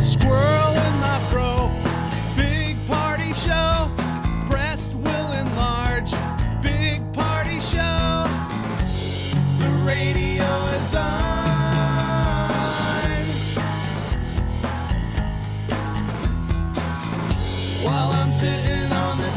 Squirrel in the fro, big party show. Breast will enlarge, big party show. The radio is on. While I'm sitting on the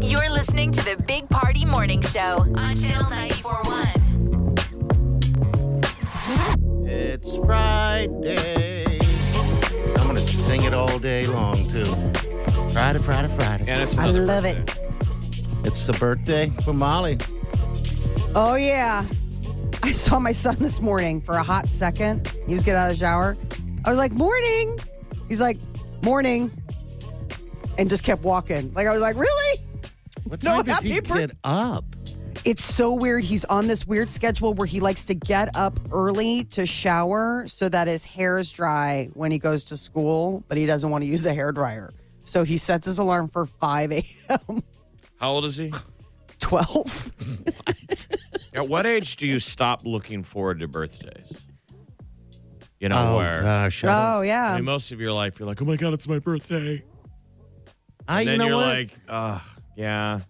You're listening to the Big Party Morning Show on Channel 941. It's Friday. I'm gonna sing it all day long too. Friday, Friday, Friday. And it's I another love birthday. it. It's the birthday for Molly. Oh, yeah. I saw my son this morning for a hot second. He was getting out of the shower. I was like, morning. He's like, morning. And just kept walking. Like, I was like, really? What No, time does he happy birth- get up? It's so weird. He's on this weird schedule where he likes to get up early to shower so that his hair is dry when he goes to school, but he doesn't want to use a hair dryer. So he sets his alarm for 5 a.m. How old is he? 12. At what age do you stop looking forward to birthdays? You know, Oh where gosh. I don't- Oh, I yeah. mean, most of your life you're like, oh my God, it's my birthday. I, And Uh, you then know are what? like, ugh, yeah.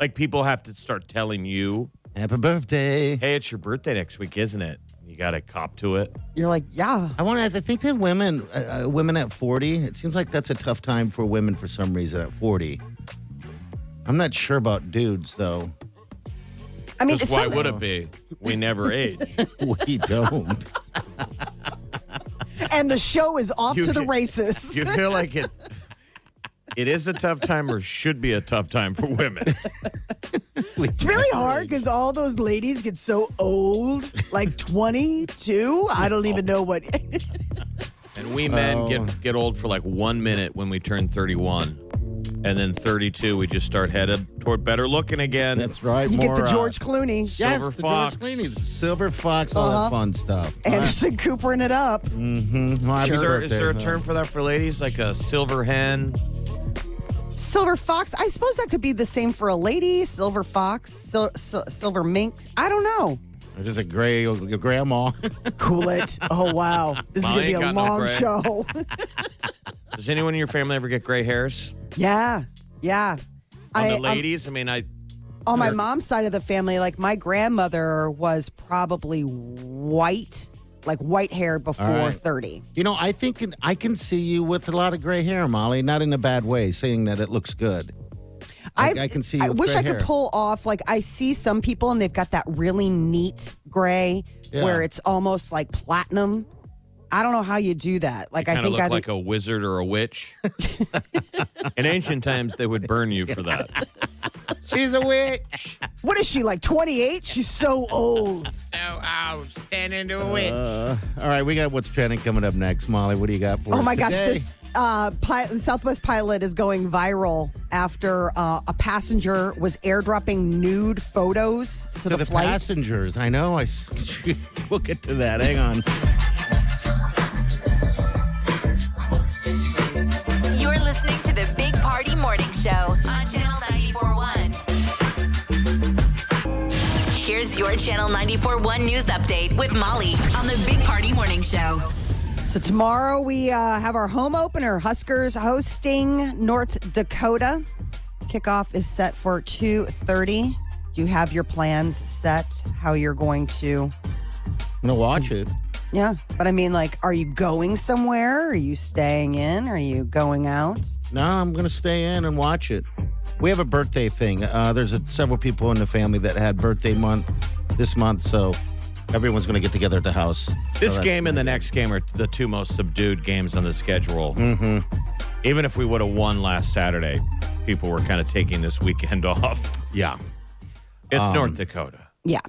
Like people have to start telling you, Happy birthday. hey, it's your birthday next week, isn't it? You got to cop to it. You're like, yeah. I want to. I think that women, uh, uh, women at forty, it seems like that's a tough time for women for some reason at forty. I'm not sure about dudes though. I mean, Because it's why some- would it be? We never age. We don't. and the show is off You to the can- races. You feel like it. It is a tough time, or should be a tough time for women. We It's really hard because all those ladies get so old, like 22. I don't even know what. And we men Oh. get get old for like one minute when we turn 31, and then 32 we just start headed toward better looking again. That's right. You get more, the uh, George Clooney, Yes, Silver the Fox. George Clooney, the Silver Fox, all Uh-huh. that fun stuff. Anderson Cooper in it up. Mm. Mm-hmm. Well, happy Is there, is birthday, there a huh? term for that for ladies? Like a silver hen? Silver Fox. I suppose that could be the same for a lady. Silver Fox, sil- sil- Silver Minx. I don't know. Or just a gray a grandma. Cool it. Oh, wow. This is going Molly to be ain't a got no long gray. show. Does anyone in your family ever get gray hairs? yeah. Yeah. On I- um, the I'm- ladies? I mean, I on my mom's side of the family, like my grandmother was probably white, like white haired before right. 30. you know, I think I can see you with a lot of gray hair, Molly. Not in a bad way, saying that it looks good. I- I can see you I with wish gray I could hair. pull off. Like I see some people, and they've got that really neat gray, Yeah. where it's almost like platinum. I don't know how you do that. Like I kind of think look I like a wizard or a witch. in ancient times, they would burn you for that. She's a witch. what is she like? Twenty eight? She's so old. No, oh, stand into a witch. Uh, all right, we got what's trending coming up next, Molly. What do you got for us? oh my gosh! today? This uh, pilot, Southwest pilot is going viral after uh, a passenger was airdropping nude photos to, to the, the, flight. passengers. I know. I s- we'll get to that. Hang on. You're listening to the Big Party Morning Show on Channel 941. Here's your Channel 941 news update with Molly on the Big Party Morning Show. So tomorrow we uh, have our home opener. Huskers hosting North Dakota. Kickoff is set for 2:30. Do you have your plans set? How you're going to? I'm gonna watch it. Yeah, but I mean, like, are you going somewhere? Are you staying in? Are you going out? No, I'm gonna stay in and watch it. We have a birthday thing. Uh, there's a, several people in the family that had birthday month this month, so everyone's gonna get together at the house. This So Oh, that- game and the next game are the two most subdued games on the schedule. Mm-hmm. Even if we would have won last Saturday, people were kind of taking this weekend off. Yeah. It's Um, North Dakota. Yeah.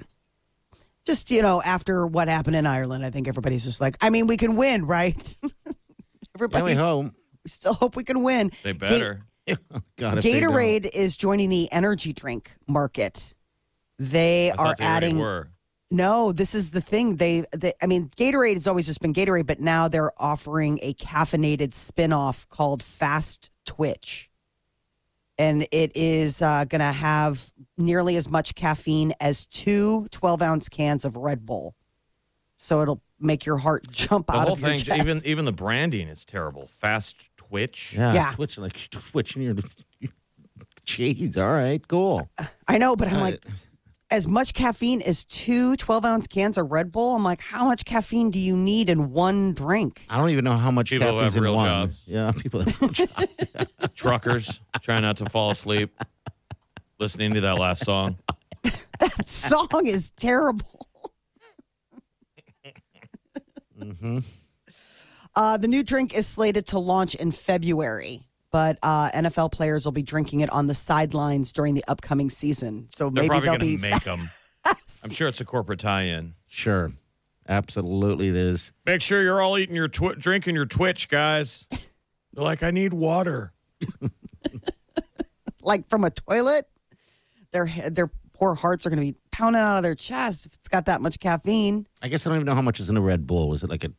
Just, you know, after what happened in Ireland, I think everybody's just like, I mean, we can win, right? But Everybody we hope. we still hope we can win. They Ga- better. God, if they don't- Gatorade is joining the energy drink market. They I are thought they already adding Were. No, this is the thing. They, they, I mean, Gatorade has always just been Gatorade, but now they're offering a caffeinated spin-off called Fast Twitch. And it is uh, going to have nearly as much caffeine as two 12 ounce cans of Red Bull. So it'll make your heart jump The out whole of your thing, chest. even even the branding is terrible. Fast twitch. Yeah, Yeah. twitching like twitching your. Jeez, all right, cool. I know, but Uh, I'm like, Uh, as much caffeine as two 12 ounce cans of Red Bull. I'm like, how much caffeine do you need in one drink? I don't even know how much People who caffeine's have in real one. jobs. Yeah, people that have real jobs. Truckers trying not to fall asleep. Listening to that last song. That song is terrible. Mm-hmm. Mhm. Uh, the new drink is slated to launch in February, but uh, NFL players will be drinking it on the sidelines during the upcoming season. So They're maybe probably they'll be. going to make them. I'm sure it's a corporate tie-in. Sure, absolutely it is. Make sure you're all eating your twi- drinking your Twitch, guys. They're like, I need water. like from a toilet. Their their poor hearts are going to be pounding out of their chest if it's got that much caffeine. I guess I don't even know how much is in a Red Bull. Is it like a?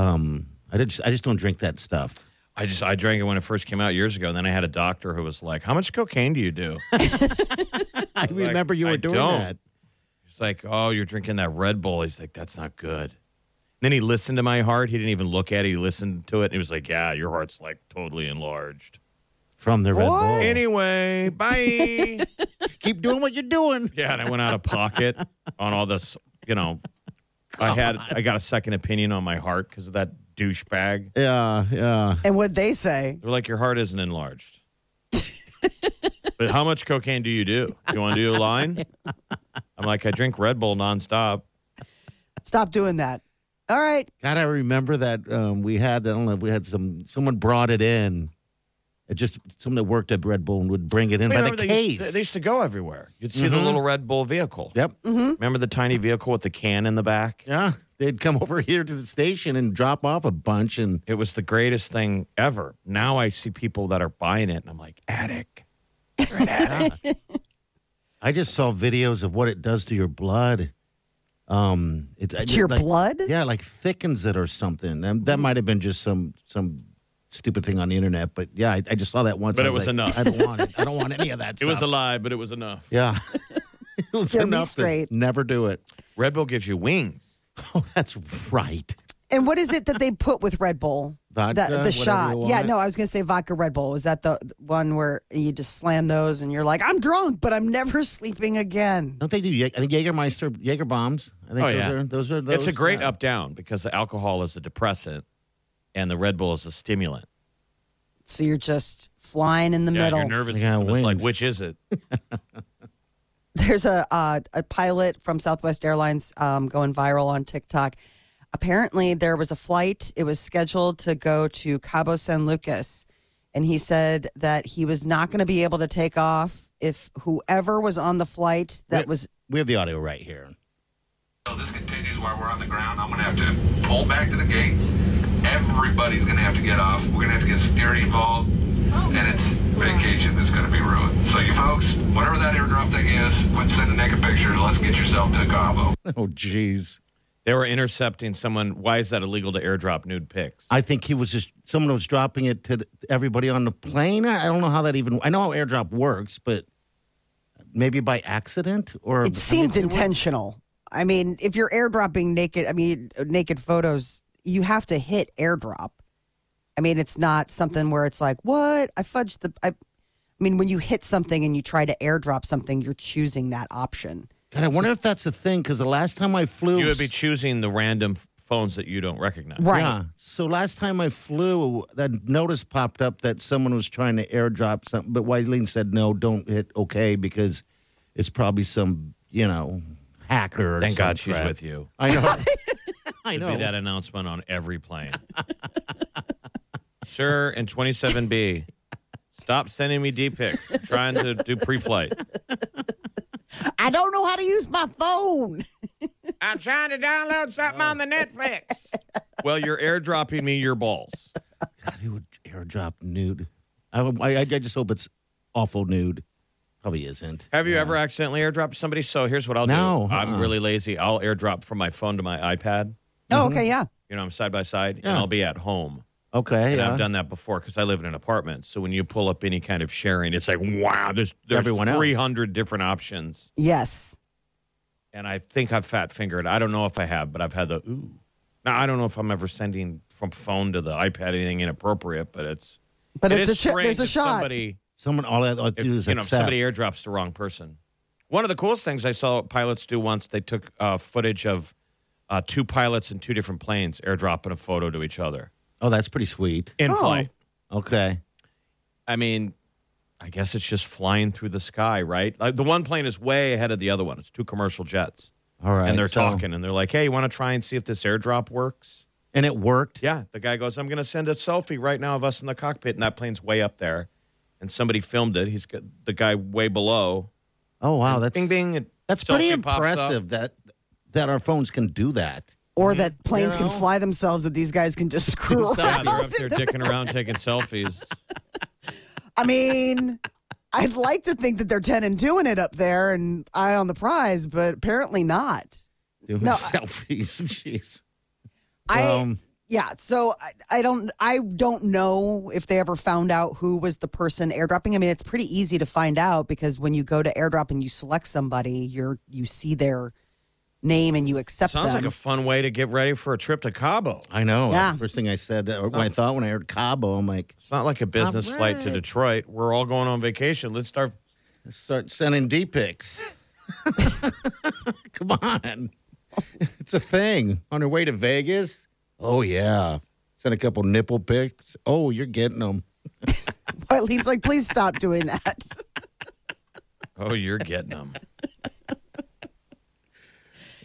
Um, I did. I just don't drink that stuff. I just I drank it when it first came out years ago, and then I had a doctor who was like, "How much cocaine do you do?" I remember you were I doing don't. that. He's like, "Oh, you're drinking that Red Bull." He's like, "That's not good." then he listened to my heart. He didn't even look at it. He listened to it, and he was like, "Yeah, your heart's like totally enlarged." From the Red What? Bull. Anyway, bye. Keep doing what you're doing. yeah, and I went out of pocket on all this. You know, I had I got a second opinion on my heart because of that douchebag. Yeah, yeah. And what they say? They're like, your heart isn't enlarged. but how much cocaine do you do? You want to do a line? I'm like, I drink Red Bull nonstop. Stop doing that. All right, God, I remember that um, we had. I don't know. We had some. Someone brought it in. It just someone that worked at Red Bull and would bring it in by the they, case. Used, they used to go everywhere. You'd see the little Red Bull vehicle. yep. Mm-hmm. Remember the tiny vehicle with the can in the back? Yeah. They'd come over here to the station and drop off a bunch and It was the greatest thing ever. Now I see people that are buying it, and I'm like, addict. You're an addict. I just saw videos of what it does to your blood. Um, it's to your like, blood. Yeah, like thickens it or something. And that might have been just some some stupid thing on the internet, but yeah, I, I just saw that once. But I it was like, enough. I don't want it. I don't want any of that. it stuff. was a lie, but it was enough. yeah. it was Steer me enough to straight. never do it. Red Bull gives you wings. Oh, that's right. And what is it that they put with Red Bull? Vodka, the, whatever the you shot. Yeah, want. no, I was going to say vodka Red Bull. Is that the one where you just slam those and you're like, I'm drunk, but I'm never sleeping again? Don't they do? Jä- I think Jägermeister, Jaeger bombs. I think Oh, those yeah. are those are. Those, It's a great yeah. up down because the alcohol is a depressant and the Red Bull is a stimulant. So you're just flying in the Yeah, your middle. nervous Yeah, system is like, wings. which is it? There's a uh, a pilot from Southwest Airlines um, going viral on TikTok. Apparently, there was a flight. It was scheduled to go to Cabo San Lucas, and he said that he was not going to be able to take off if whoever was on the flight that Wait. was We have the audio right here. So this continues while we're on the ground. I'm gonna have to pull back to the gate. Everybody's gonna have to get off. We're gonna have to get security involved, and it's vacation that's gonna be ruined. So you folks, whatever that airdrop thing is, quit sending naked pictures. Let's get yourself to Cabo. Oh, jeez. They were intercepting someone. Why is that illegal to airdrop nude pics? I think he was just someone was dropping it to the, everybody on the plane. I I don't know how that even. I know how airdrop works, but maybe by accident or It seemed intentional. I mean, if you're airdropping naked, I mean, naked photos, you have to hit airdrop. I mean, it's not something where it's like, what? I fudged the. I, I mean, when you hit something and you try to airdrop something, you're choosing that option. God, I wonder if that's a thing because the last time I flew, You would be choosing the random f- phones that you don't recognize. Right. Yeah. So last time I flew, that notice popped up that someone was trying to airdrop something, but Wileen said no, don't hit okay because it's probably some you know hacker. Or Thank some God she's crap. with you. I know. I It'd know. Be that announcement on every plane. Sir, in 27B, stop sending me D pics. Trying to do pre-flight. I don't know how to use my phone. I'm trying to download something on Oh. the Netflix. Well, you're airdropping me your balls. God, who would airdrop nude? I, I, I just hope it's awful nude. Probably isn't. Have you ever accidentally airdropped somebody? So here's what I'll No, do. I'm uh-uh. really lazy. I'll airdrop from my phone to my iPad. Oh, okay, yeah. You know, I'm side by side, and Yeah. I'll be at home. Okay. And yeah. I've done that before because I live in an apartment. So when you pull up any kind of sharing, it's like, wow, there's, there's Everyone else. 300 different options. Yes. And I think I've fat fingered. I don't know if I have, but I've had the ooh. Now, I don't know if I'm ever sending from phone to the iPad anything inappropriate, but it's. But it it's is a ch- there's strange a if shot. Somebody, Someone all I all I if, do is you know, if accept. somebody airdrops the wrong person. One of the coolest things I saw pilots do once, they took uh, footage of uh, two pilots in two different planes airdropping a photo to each other oh, that's pretty sweet. Oh. in flight. Okay. I mean, I guess it's just flying through the sky, right? Like the one plane is way ahead of the other one. It's two commercial jets. All right. and they're so- talking and they're like, "Hey, you want to try and see if this airdrop works?" And it worked. Yeah, the guy goes, "I'm going to send a selfie right now of us in the cockpit and that plane's way up there." And somebody filmed it. He's got the guy way below. Oh wow, that's Bing bing. it- That's pretty selfie pops up. impressive that that our phones can do that. Or that planes You know? can fly themselves that these guys can just screw Themselves. Yeah, around. they're up there dicking around taking selfies. I mean, I'd like to think that they're 10 and doing it up there and eye on the prize, but apparently not. Doing No, I- selfies. Jeez. I Um, yeah, so I, I don't I don't know if they ever found out who was the person airdropping. I mean, it's pretty easy to find out because when you go to airdrop and you select somebody, you're you see their name and you accept Sounds them. like a fun way to get ready for a trip to Cabo. I know. Yeah. First thing I said, or what I thought when I heard Cabo, I'm like, It's not like a business All flight to right. Detroit. We're all going on vacation. Let's start start sending D pics. Come on. It's a thing. On your way to Vegas? Oh, yeah. Send a couple nipple pics. Oh, you're getting them. but Lean's like, please stop doing that. Oh, you're getting them.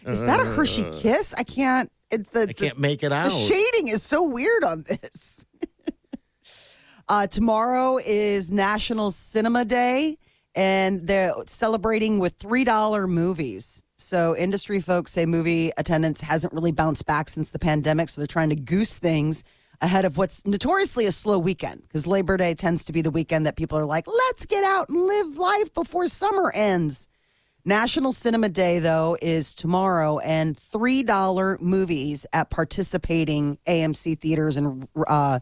Is that a Hershey kiss? I can't. It's the I can't make it out. The shading is so weird on this. uh, tomorrow is National Cinema Day, and they're celebrating with $3 movies. So, industry folks say movie attendance hasn't really bounced back since the pandemic, so they're trying to goose things ahead of what's notoriously a slow weekend because Labor Day tends to be the weekend that people are like, let's get out and live life before summer ends. National Cinema Day, though, is tomorrow, and $3 movies at participating AMC theaters and uh,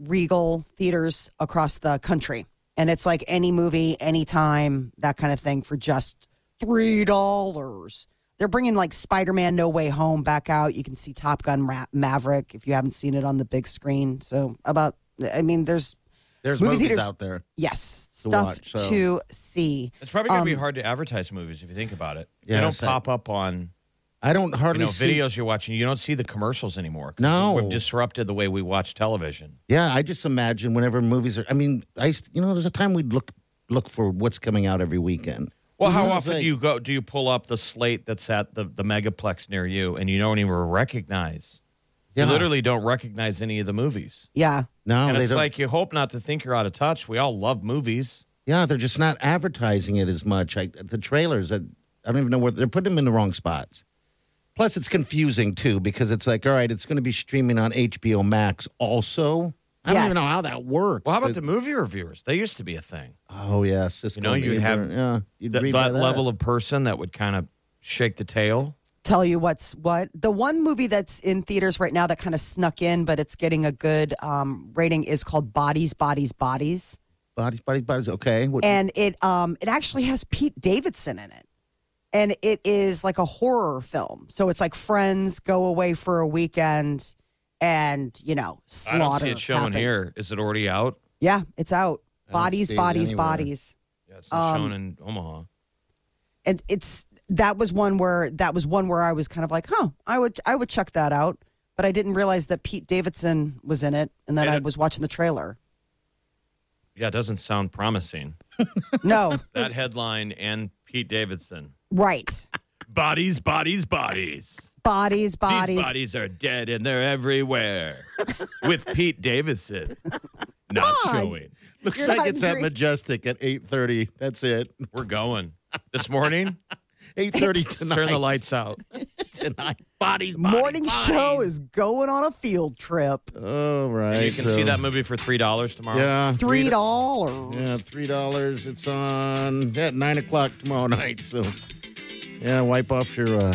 Regal theaters across the country. And it's like any movie, anytime, that kind of thing for just $3. They're bringing like Spider Man No Way Home back out. You can see Top Gun Ma- Maverick if you haven't seen it on the big screen. So, about, I mean, there's, There's movie movies theaters- out there. yes, To stuff watch, so- to see. It's probably going to be hard to advertise movies if you think about it. If they Um, Yeah, don't it's that- pop up on I don't you hardly know, see. videos you're watching. You don't see the commercials anymore. 'cause No. We've disrupted the way we watch television. Yeah, I just imagine whenever movies are. I mean, I used to- you know, there's a time we'd look look for what's coming out every weekend. Well, You know how what I'm often saying? do you go? Do you pull up the slate that's at the, the megaplex near you, and you don't even recognize? Yeah. You literally don't recognize any of the movies. Yeah. No, and they it's don't. like you hope not to think you're out of touch. We all love movies. yeah, they're just not advertising it as much. I, the trailers, I, I don't even know where they're putting them in the wrong spots. Plus, it's confusing too because it's like, all right, it's going to be streaming on HBO Max. Also, I don't Yes. even know how that works. Well, how about But- the movie reviewers? They used to be a thing. Oh yes, Cisco You know, and you'd Ebert, have yeah, you'd That, read by that level of person that would kind of shake the tail. tell you what's what. The one movie that's in theaters right now that kind of snuck in, but it's getting a good um, rating is called Bodies, Bodies, Bodies, bodies, bodies, bodies. Okay, what, and it um, it actually has Pete Davidson in it, and it is like a horror film. So it's like friends go away for a weekend, and you know I slaughter. don't see it showing happens. here. Is it already out? Yeah, it's out. I don't Bodies, see it bodies, anywhere. bodies. Yeah, it's not Um, shown in Omaha. and it's that was one where that was one where I was kind of like, huh, I would I would check that out, but I didn't realize that Pete Davidson was in it, and then And I it- was watching the trailer. Yeah, it doesn't sound promising. No, That headline and Pete Davidson. right? Bodies, bodies, bodies. Bodies, bodies. These bodies are dead and they're everywhere. With Pete Davidson. Not Why? showing. Looks You're like not it's at hungry. Majestic at 8.30. That's it. We're going. This morning, 8.30 just tonight. turn the lights out. Tonight. Bodies, bodies, Morning show is going on a field trip. All right. And you can so- see that movie for $3 tomorrow. Yeah. Three dollars. Yeah, three dollars. It's on at nine o'clock tomorrow night. So, yeah, wipe off your uh,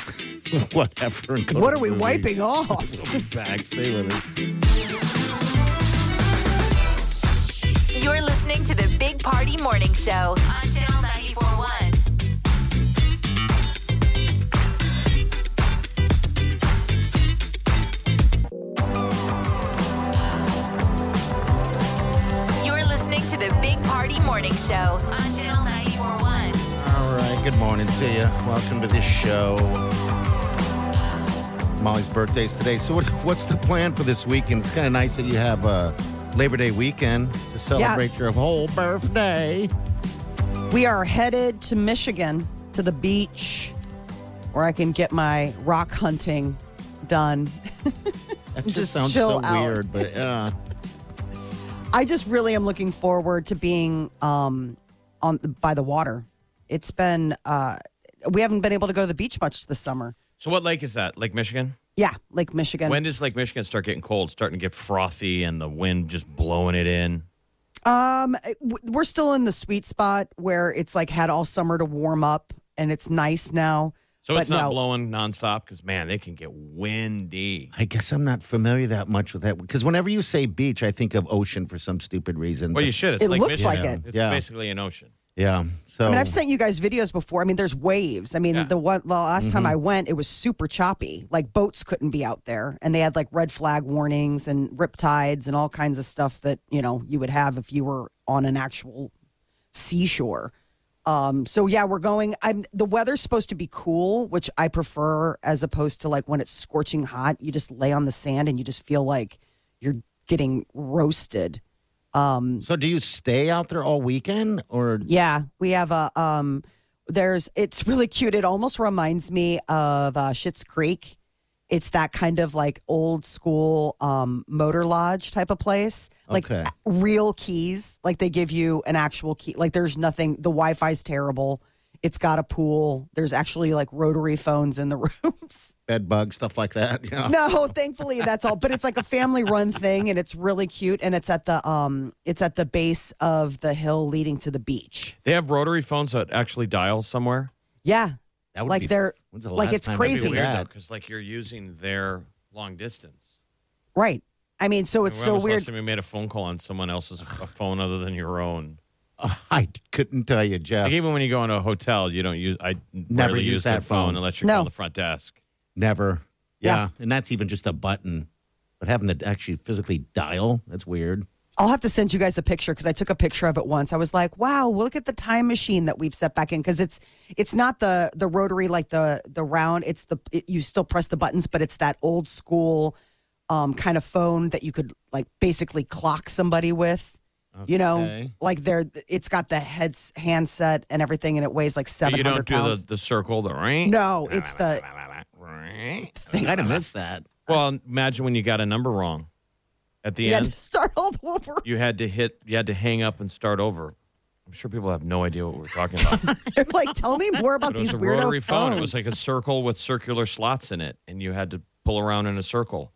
whatever. And go What to are we the movie. wiping off? Back, stay with it. You're listening to the Big Party Morning Show on Channel 941. You're listening to the Big Party Morning Show on Channel 941. All right. Good morning to you. Welcome to this show. Molly's birthday's today. So, what, what's the plan for this weekend? It's kind of nice that you have uh, Labor Day weekend to celebrate your whole birthday. we are headed to Michigan to the beach, where I can get my rock hunting done. That Just just sounds chill so out. weird, but yeah. I just really am looking forward to being um, on by the water. It's been uh, we haven't been able to go to the beach much this summer. So, what lake is that? Lake Michigan? Yeah, Lake Michigan. When does Lake Michigan start getting cold? Starting to get frothy and the wind just blowing it in? um, it- w- we're still in the sweet spot where it's like had all summer to warm up, and it's nice now. So, But it's not no. blowing nonstop because, man, they can get windy. I guess I'm not familiar that much with that because whenever you say beach, I think of ocean for some stupid reason. Well, you should. It's It Lake looks Michigan. like it. It's Yeah. basically an ocean. yeah. So I mean, I've sent you guys videos before. I mean, there's waves. I mean, Yeah. the one the last time I went, it was super choppy. Like boats couldn't be out there, and they had like red flag warnings and rip tides and all kinds of stuff that you know you would have if you were on an actual seashore. Um, so yeah, we're going. I'm the weather's supposed to be cool, which I prefer as opposed to like when it's scorching hot. You just lay on the sand and you just feel like you're getting roasted. Um, So do you stay out there all weekend or yeah, we have a um there's it's really cute. It almost reminds me of uh Schitt's Creek. It's that kind of like old school um motor lodge type of place. Like Okay. real keys. Like they give you an actual key. Like there's nothing the Wi-Fi's terrible. It's got a pool. There's actually like rotary phones in the rooms. bed bug stuff like that? Yeah. No, thankfully that's all. But it's like a family run thing and it's really cute and it's at the um it's at the base of the hill leading to the beach. They have rotary phones that actually dial somewhere. Yeah. That would like be- they're- when's the like last it's time I did crazy. that? because like you're using their long distance. Right. I mean, so it's When so was the weird. Last time you made a phone call on someone else's a phone other than your own. I couldn't tell you, Jeff. Like even when you go into a hotel, you don't use. I Never rarely use use their that phone. unless you're No. on the front desk. Never. Yeah. And that's even just a button. But having to actually physically dial, that's weird. I'll have to send you guys a picture because I took a picture of it once. I was like, "Wow, look at the time machine that we've set back in." Because it's it's not the the rotary like the the round. It's the it, you still press the buttons, but it's that old school um, kind of phone that you could like basically clock somebody with. You know, Okay. like they're it's got the heads handset and everything, and it weighs like But seven you don't hundred do the, pounds. the circle, the right? No, it's the- I kind of missed that. Well, imagine when you got a number wrong at the you had end. to start all over. You had to hit. You had to hang up and start over. I'm sure people have no idea what we're talking about. They're like, tell me more about But it these was a weirdo rotary phone. It was phones." like a circle with circular slots in it, and you had to pull around in a circle.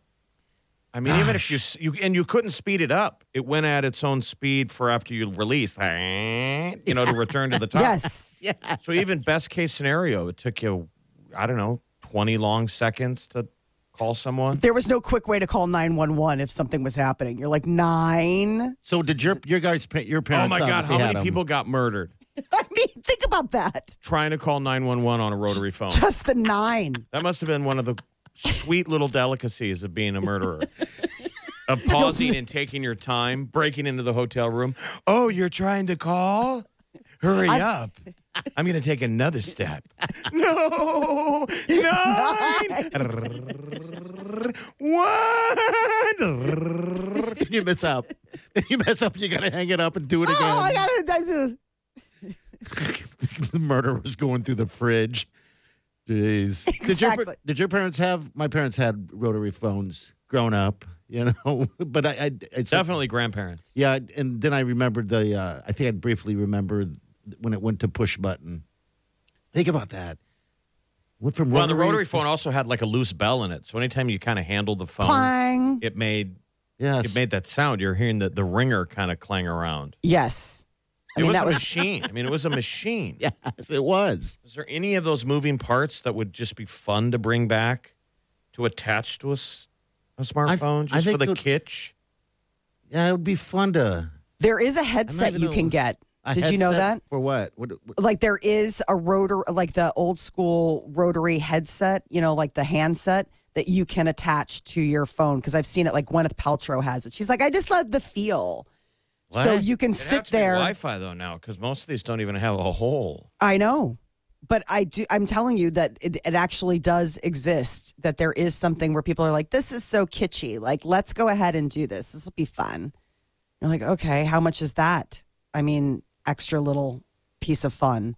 I mean, even if you, s- you and you couldn't speed it up, it went at its own speed for after you release, you know, to return to the top. yes, So even best case scenario, it took you, I don't know, twenty long seconds to call someone. there was no quick way to call 911 if something was happening. You're like, nine? So did your your guys pa- your Oh parents? my God! obviously How had many 'em. people got murdered I mean, think about that. trying to call nine one one on a rotary phone? Just the nine. That must have been one of the sweet little delicacies of being a murderer. Of pausing and taking your time, breaking into the hotel room. Oh, you're trying to call? Hurry up. I'm going to take another step. No, nine, one. Then you mess up. Then you mess up. You gotta hang it up and do it again. Oh, I got it. That's it. the murderer was going through the fridge. Jeez. Did, your, Exactly. did your parents have? My parents had rotary phones growing up. You know, but I, I it's Definitely grandparents. yeah. And then I remembered the. Uh, I think I briefly remembered when it went to push button. Think about that. Went from Well, the rotary phone also had like a loose bell in it, so anytime you kind of handled the phone, Clang. it made Yes. it made that sound. You're hearing the the ringer kind of clang around. Yes. I it mean, was that a was. machine. I mean, it was a machine. yes, it was. Is there any of those moving parts that would just be fun to bring back to attach to a, s- a smartphone I just for think the the- kitsch? Yeah, it would be fun to. There is a I headset don't you know. can get. a Did you know headset that? For what? What? what Like there is a rotor, like the old school rotary headset. You know, like the handset that you can attach to your phone. Because I've seen it. Like Gwyneth Paltrow has it. She's like, I just love the feel. So What? you can It'd have sit to be there. Wi-Fi though now, because most of these don't even have a hole. I know. But I do I'm telling you that it, it actually does exist that there is something where people are like this is so kitschy. Like let's go ahead and do this. This will be fun. You're like, "Okay, how much is that?" I mean, extra little piece of fun.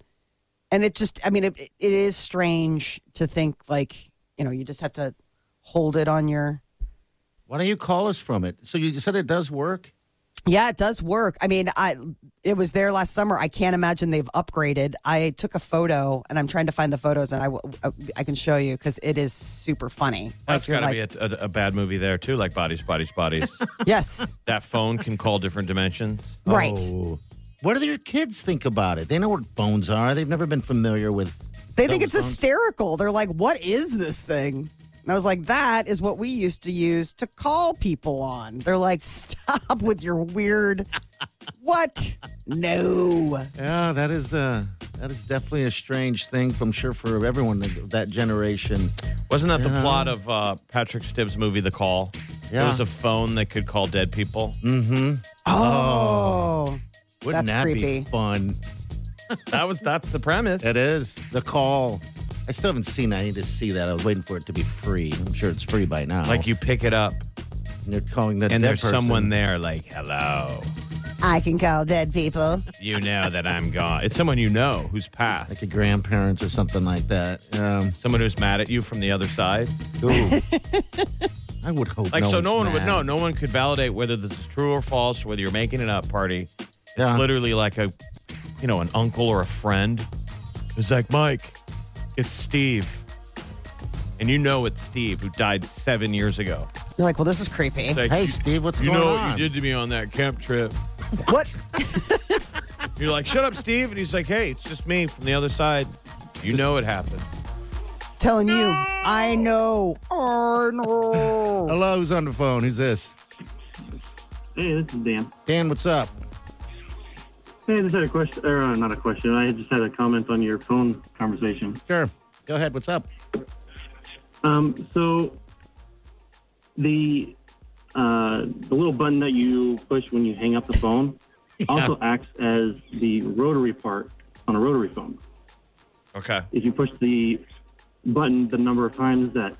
And it just I mean it, it is strange to think like, you know, you just have to hold it on your why don't you call us from it? So you said it does work. Yeah, it does work. I mean, I it was there last summer. I can't imagine they've upgraded. I took a photo, and I'm trying to find the photos, and I will- I can show you because it is super funny. That's you're got to be a, a, a bad movie there too, like Bodies, Bodies, Bodies. yes, that phone can call different dimensions. right. Oh. What do your kids think about it? They know what phones are. They've never been familiar with. They think it's those phones. hysterical. They're like, "What is this thing?" And I was like, "That is what we used to use to call people on." They're like, "Stop with your weird." What? No. Yeah, that is uh, that is definitely a strange thing. I'm sure for everyone of that generation. Wasn't that the Yeah. plot of uh, Patrick Stibbs' movie, The Call? There Yeah. was a phone that could call dead people. Mm-hmm. Oh. Wouldn't That's that creepy. be fun? That was that's the premise. It is the call. I still haven't seen. It. I need to see that. I was waiting for it to be free. I'm sure it's free by now. Like you pick it up and they're calling the and dead there's person. someone there like, "Hello, I can call dead people. you know that I'm gone." It's someone you know who's passed. like your grandparents or something like that. Um, Someone who's mad at you from the other side. ooh. I would hope. Like so one's no one would mad. know. No one could validate whether this is true or false, whether you're making it up, party. It's Yeah. literally like a you know, an uncle or a friend who's like, Mike, it's Steve. And you know it's Steve who died seven years ago. You're like, well, this is creepy. It's like, Hey Steve, what's you going know on? what you did to me on that camp trip. What? You're like, shut up, Steve. And he's like, hey, it's just me from the other side. You know it happened. Telling you, I know. Oh no. Hello, who's on the phone? Who's this? Hey, this is Dan. Dan, what's up? Hey, I just had a question, or uh, not a question. I just had a comment on your phone conversation. Sure. Go ahead. What's up? Um, so the uh, the little button that you push when you hang up the phone also acts as the rotary part on a rotary phone. Okay. If you push the button the number of times that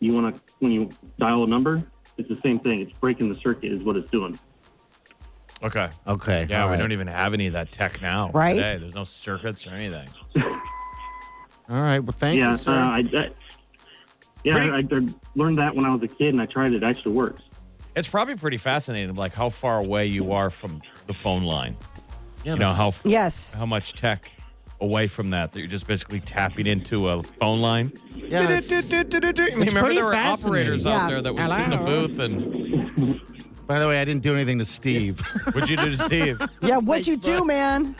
you want to, when you dial a number, it's the same thing. It's breaking the circuit, is what it's doing. Okay. Okay. Yeah, all we right. don't even have any of that tech now. Right? Today. There's no circuits or anything. All right. Well, thank yeah, you, sir. uh, I, that, yeah, I, I learned that when I was a kid, and I tried it. It actually works. It's probably pretty fascinating, like how far away you are from the phone line. yeah, You know, how, f- Yes. how much tech away from that that you're just basically tapping into a phone line. yeah, it's- Remember, pretty there were fascinating. operators Yeah. out there that would sit in the Hello? booth and by the way, I didn't do anything to Steve. what'd you do to Steve? Yeah, what'd you do, man?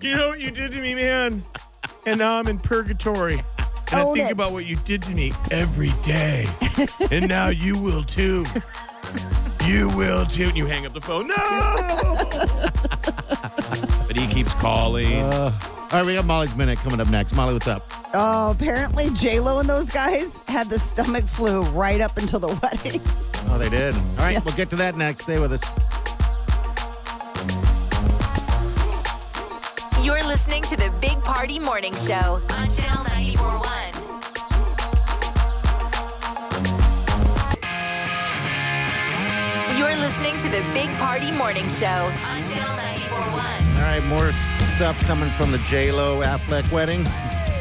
You know what you did to me, man? And now I'm in purgatory. And I Own think it. about what you did to me every day. and now you will too. You will too. And you hang up the phone. No! but he keeps calling. Uh, All right, we got Molly's Minute coming up next. Molly, what's up? Oh, apparently J Lo and those guys had the stomach flu right up until the wedding. Oh, they did. All right, Yes. we'll get to that next. Stay with us. You're listening to the Big Party Morning Show on Channel 941. You're listening to the Big Party Morning Show on Channel 941. All right, more s- stuff coming from the J Lo Affleck wedding.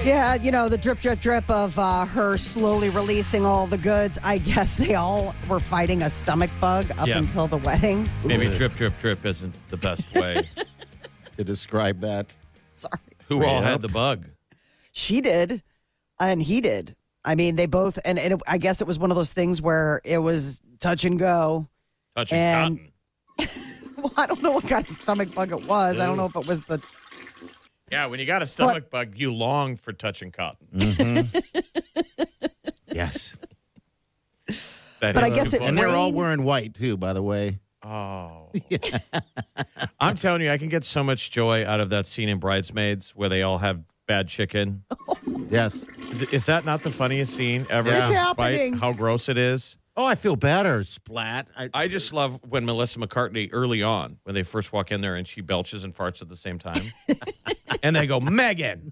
Yeah, you know, the drip, drip, drip of uh, her slowly releasing all the goods. I guess they all were fighting a stomach bug up Yeah. until the wedding. Maybe drip, drip, drip isn't the best way. To describe that, Sorry. Who all had the bug? She did, and he did. I mean, they both, and, and it, I guess it was one of those things where it was touch and go. Touching And- cotton. Well, I don't know what kind of stomach bug it was. I don't know if it was the Yeah, when you got a stomach bug, you long for touching cotton. yes. That But I is guess too it close. and they're all rained- wearing white too, by the way. Oh. I'm telling you, I can get so much joy out of that scene in Bridesmaids where they all have bad chicken. Yes. Is- Is that not the funniest scene ever? It's despite happening. How gross it is. Oh, I feel better. Splat. I, I just love when Melissa McCartney early on, when they first walk in there and she belches and farts at the same time. and they go, Megan.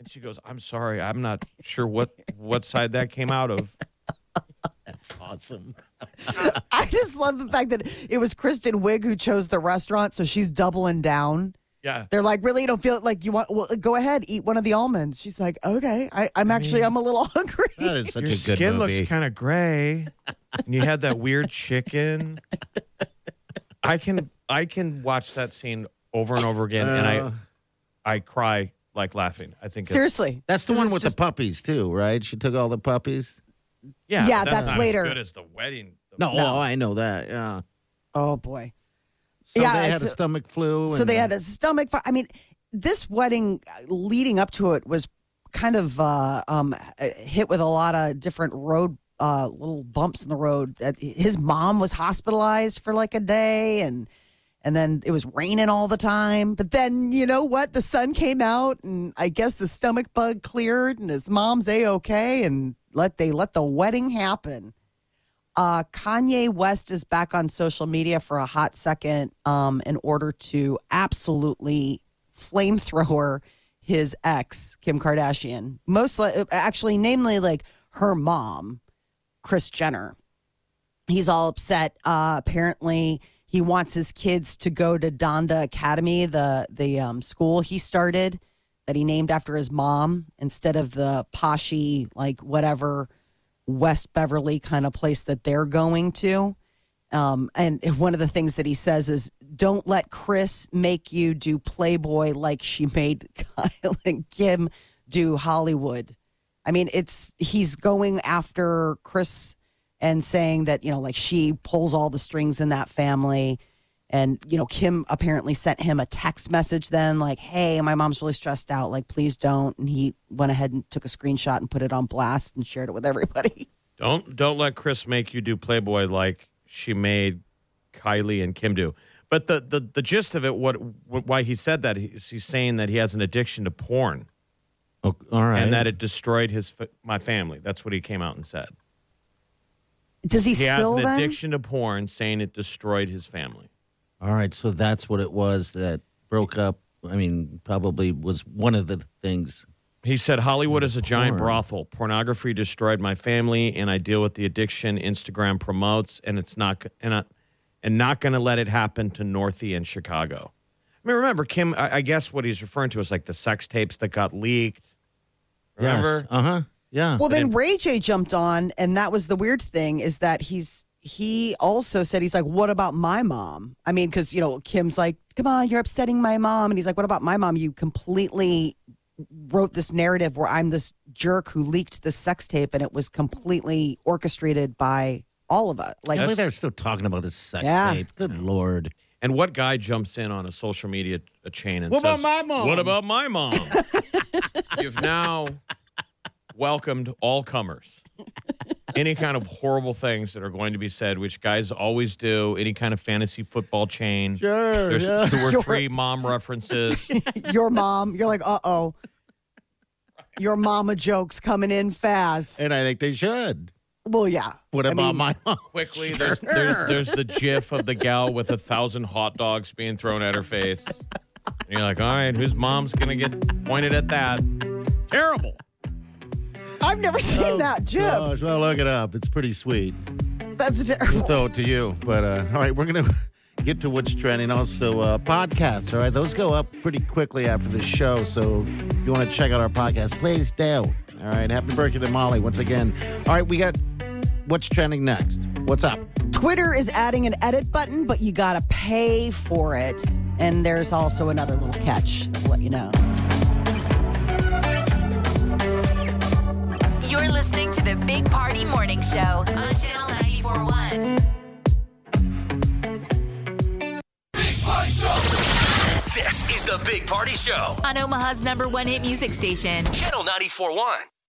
And she goes, I'm sorry, I'm not sure what what side that came out of. that's awesome. I just love the fact that it was Kristen Wiig who chose the restaurant, so she's doubling down. Yeah. They're like, really, you don't feel like you want? Well, go ahead, eat one of the almonds. She's like, okay, I, I'm actually, I'm a little hungry. That is such Your a good skin movie. looks kind of gray, and you had that weird chicken. I can I can watch that scene over and over again, Uh. and I I cry like laughing. I think it's- Seriously, that's the This one is with just- the puppies too, right? She took all the puppies. yeah, Yeah, but that's not as later. good as the wedding. No, oh, I know that. Yeah. Oh boy. So Yeah, they had a it's- stomach flu. So and- they had a stomach. Fi- I mean, this wedding uh, leading up to it was kind of uh, um, hit with a lot of different road uh, little bumps in the road. Uh, His mom was hospitalized for like a day, and and then it was raining all the time. But then you know what? The sun came out, and I guess the stomach bug cleared, and his mom's a okay, and let they let the wedding happen. Uh, Kanye West is back on social media for a hot second um, in order to absolutely flamethrower his ex, Kim Kardashian. Most li- actually, namely, like her mom, Chris Jenner. He's all upset. Uh, apparently, he wants his kids to go to Donda Academy, the the um, school he started that he named after his mom, instead of the poshy like whatever West Beverly kind of place that they're going to. Um, and one of the things that he says is, "Don't let Chris make you do Playboy like she made Kyle and Kim do Hollywood." I mean, it's he's going after Chris and saying that you know, like she pulls all the strings in that family, and you know, Kim apparently sent him a text message then, like, "Hey, my mom's really stressed out. Like, please don't." And he went ahead and took a screenshot and put it on blast and shared it with everybody. Don't don't let Chris make you do Playboy like she made Kylie and Kim do. But the the, the gist of it, what, what why he said that is he's saying that he has an addiction to porn Oh, all right. and that it destroyed his fa- my family. That's what he came out and said. Does he, He has still an then? addiction to porn, saying it destroyed his family. All right, so that's what it was that broke up. I mean, probably was one of the things. He said, Hollywood is a giant Mm, Porn. brothel. Pornography destroyed my family, and I deal with the addiction Instagram promotes, and it's not and I, and not going to let it happen to Northie in Chicago. I mean, remember Kim? I, I guess what he's referring to is like the sex tapes that got leaked. Remember? Yes. Uh huh. Yeah. Well, then Ray J jumped on, and that was the weird thing is that he's he also said he's like, "What about my mom?" I mean, because you know Kim's like, "Come on, you're upsetting my mom," and he's like, "What about my mom?" You completely wrote this narrative where I'm this jerk who leaked this sex tape, and it was completely orchestrated by all of us. Like, I believe they're still talking about this sex Yeah. tape. Good lord. And what guy jumps in on a social media a chain and What about says, my mom? What about my mom? You've now welcomed all comers. any kind of horrible things that are going to be said, which guys always do. Any kind of fantasy football chain. Sure, There's yeah. two or three mom references. Your mom, you're like, uh oh. Your mama jokes coming in fast. And I think they should. well, yeah. What I about mean, my mom? Quickly, there's, there's there's the gif of the gal with a thousand hot dogs being thrown at her face. And you're like, all right, whose mom's gonna get pointed at that? Terrible. I've never seen that GIF. Oh, Gosh, well, look it up. It's pretty sweet. That's terrible. So to you, but uh, all right, we're gonna get to what's trending. Also, uh, podcasts. All right, those go up pretty quickly after the show. So if you want to check out our podcast, please do. All right, happy birthday to Molly once again. All right, we got what's trending next. What's up? Twitter is adding an edit button, but you gotta pay for it. And there's also another little catch that will let you know. You're listening to the Big Party Morning Show on Channel 941. This is the Big Party Show, On Omaha's number one hit music station. Channel 941.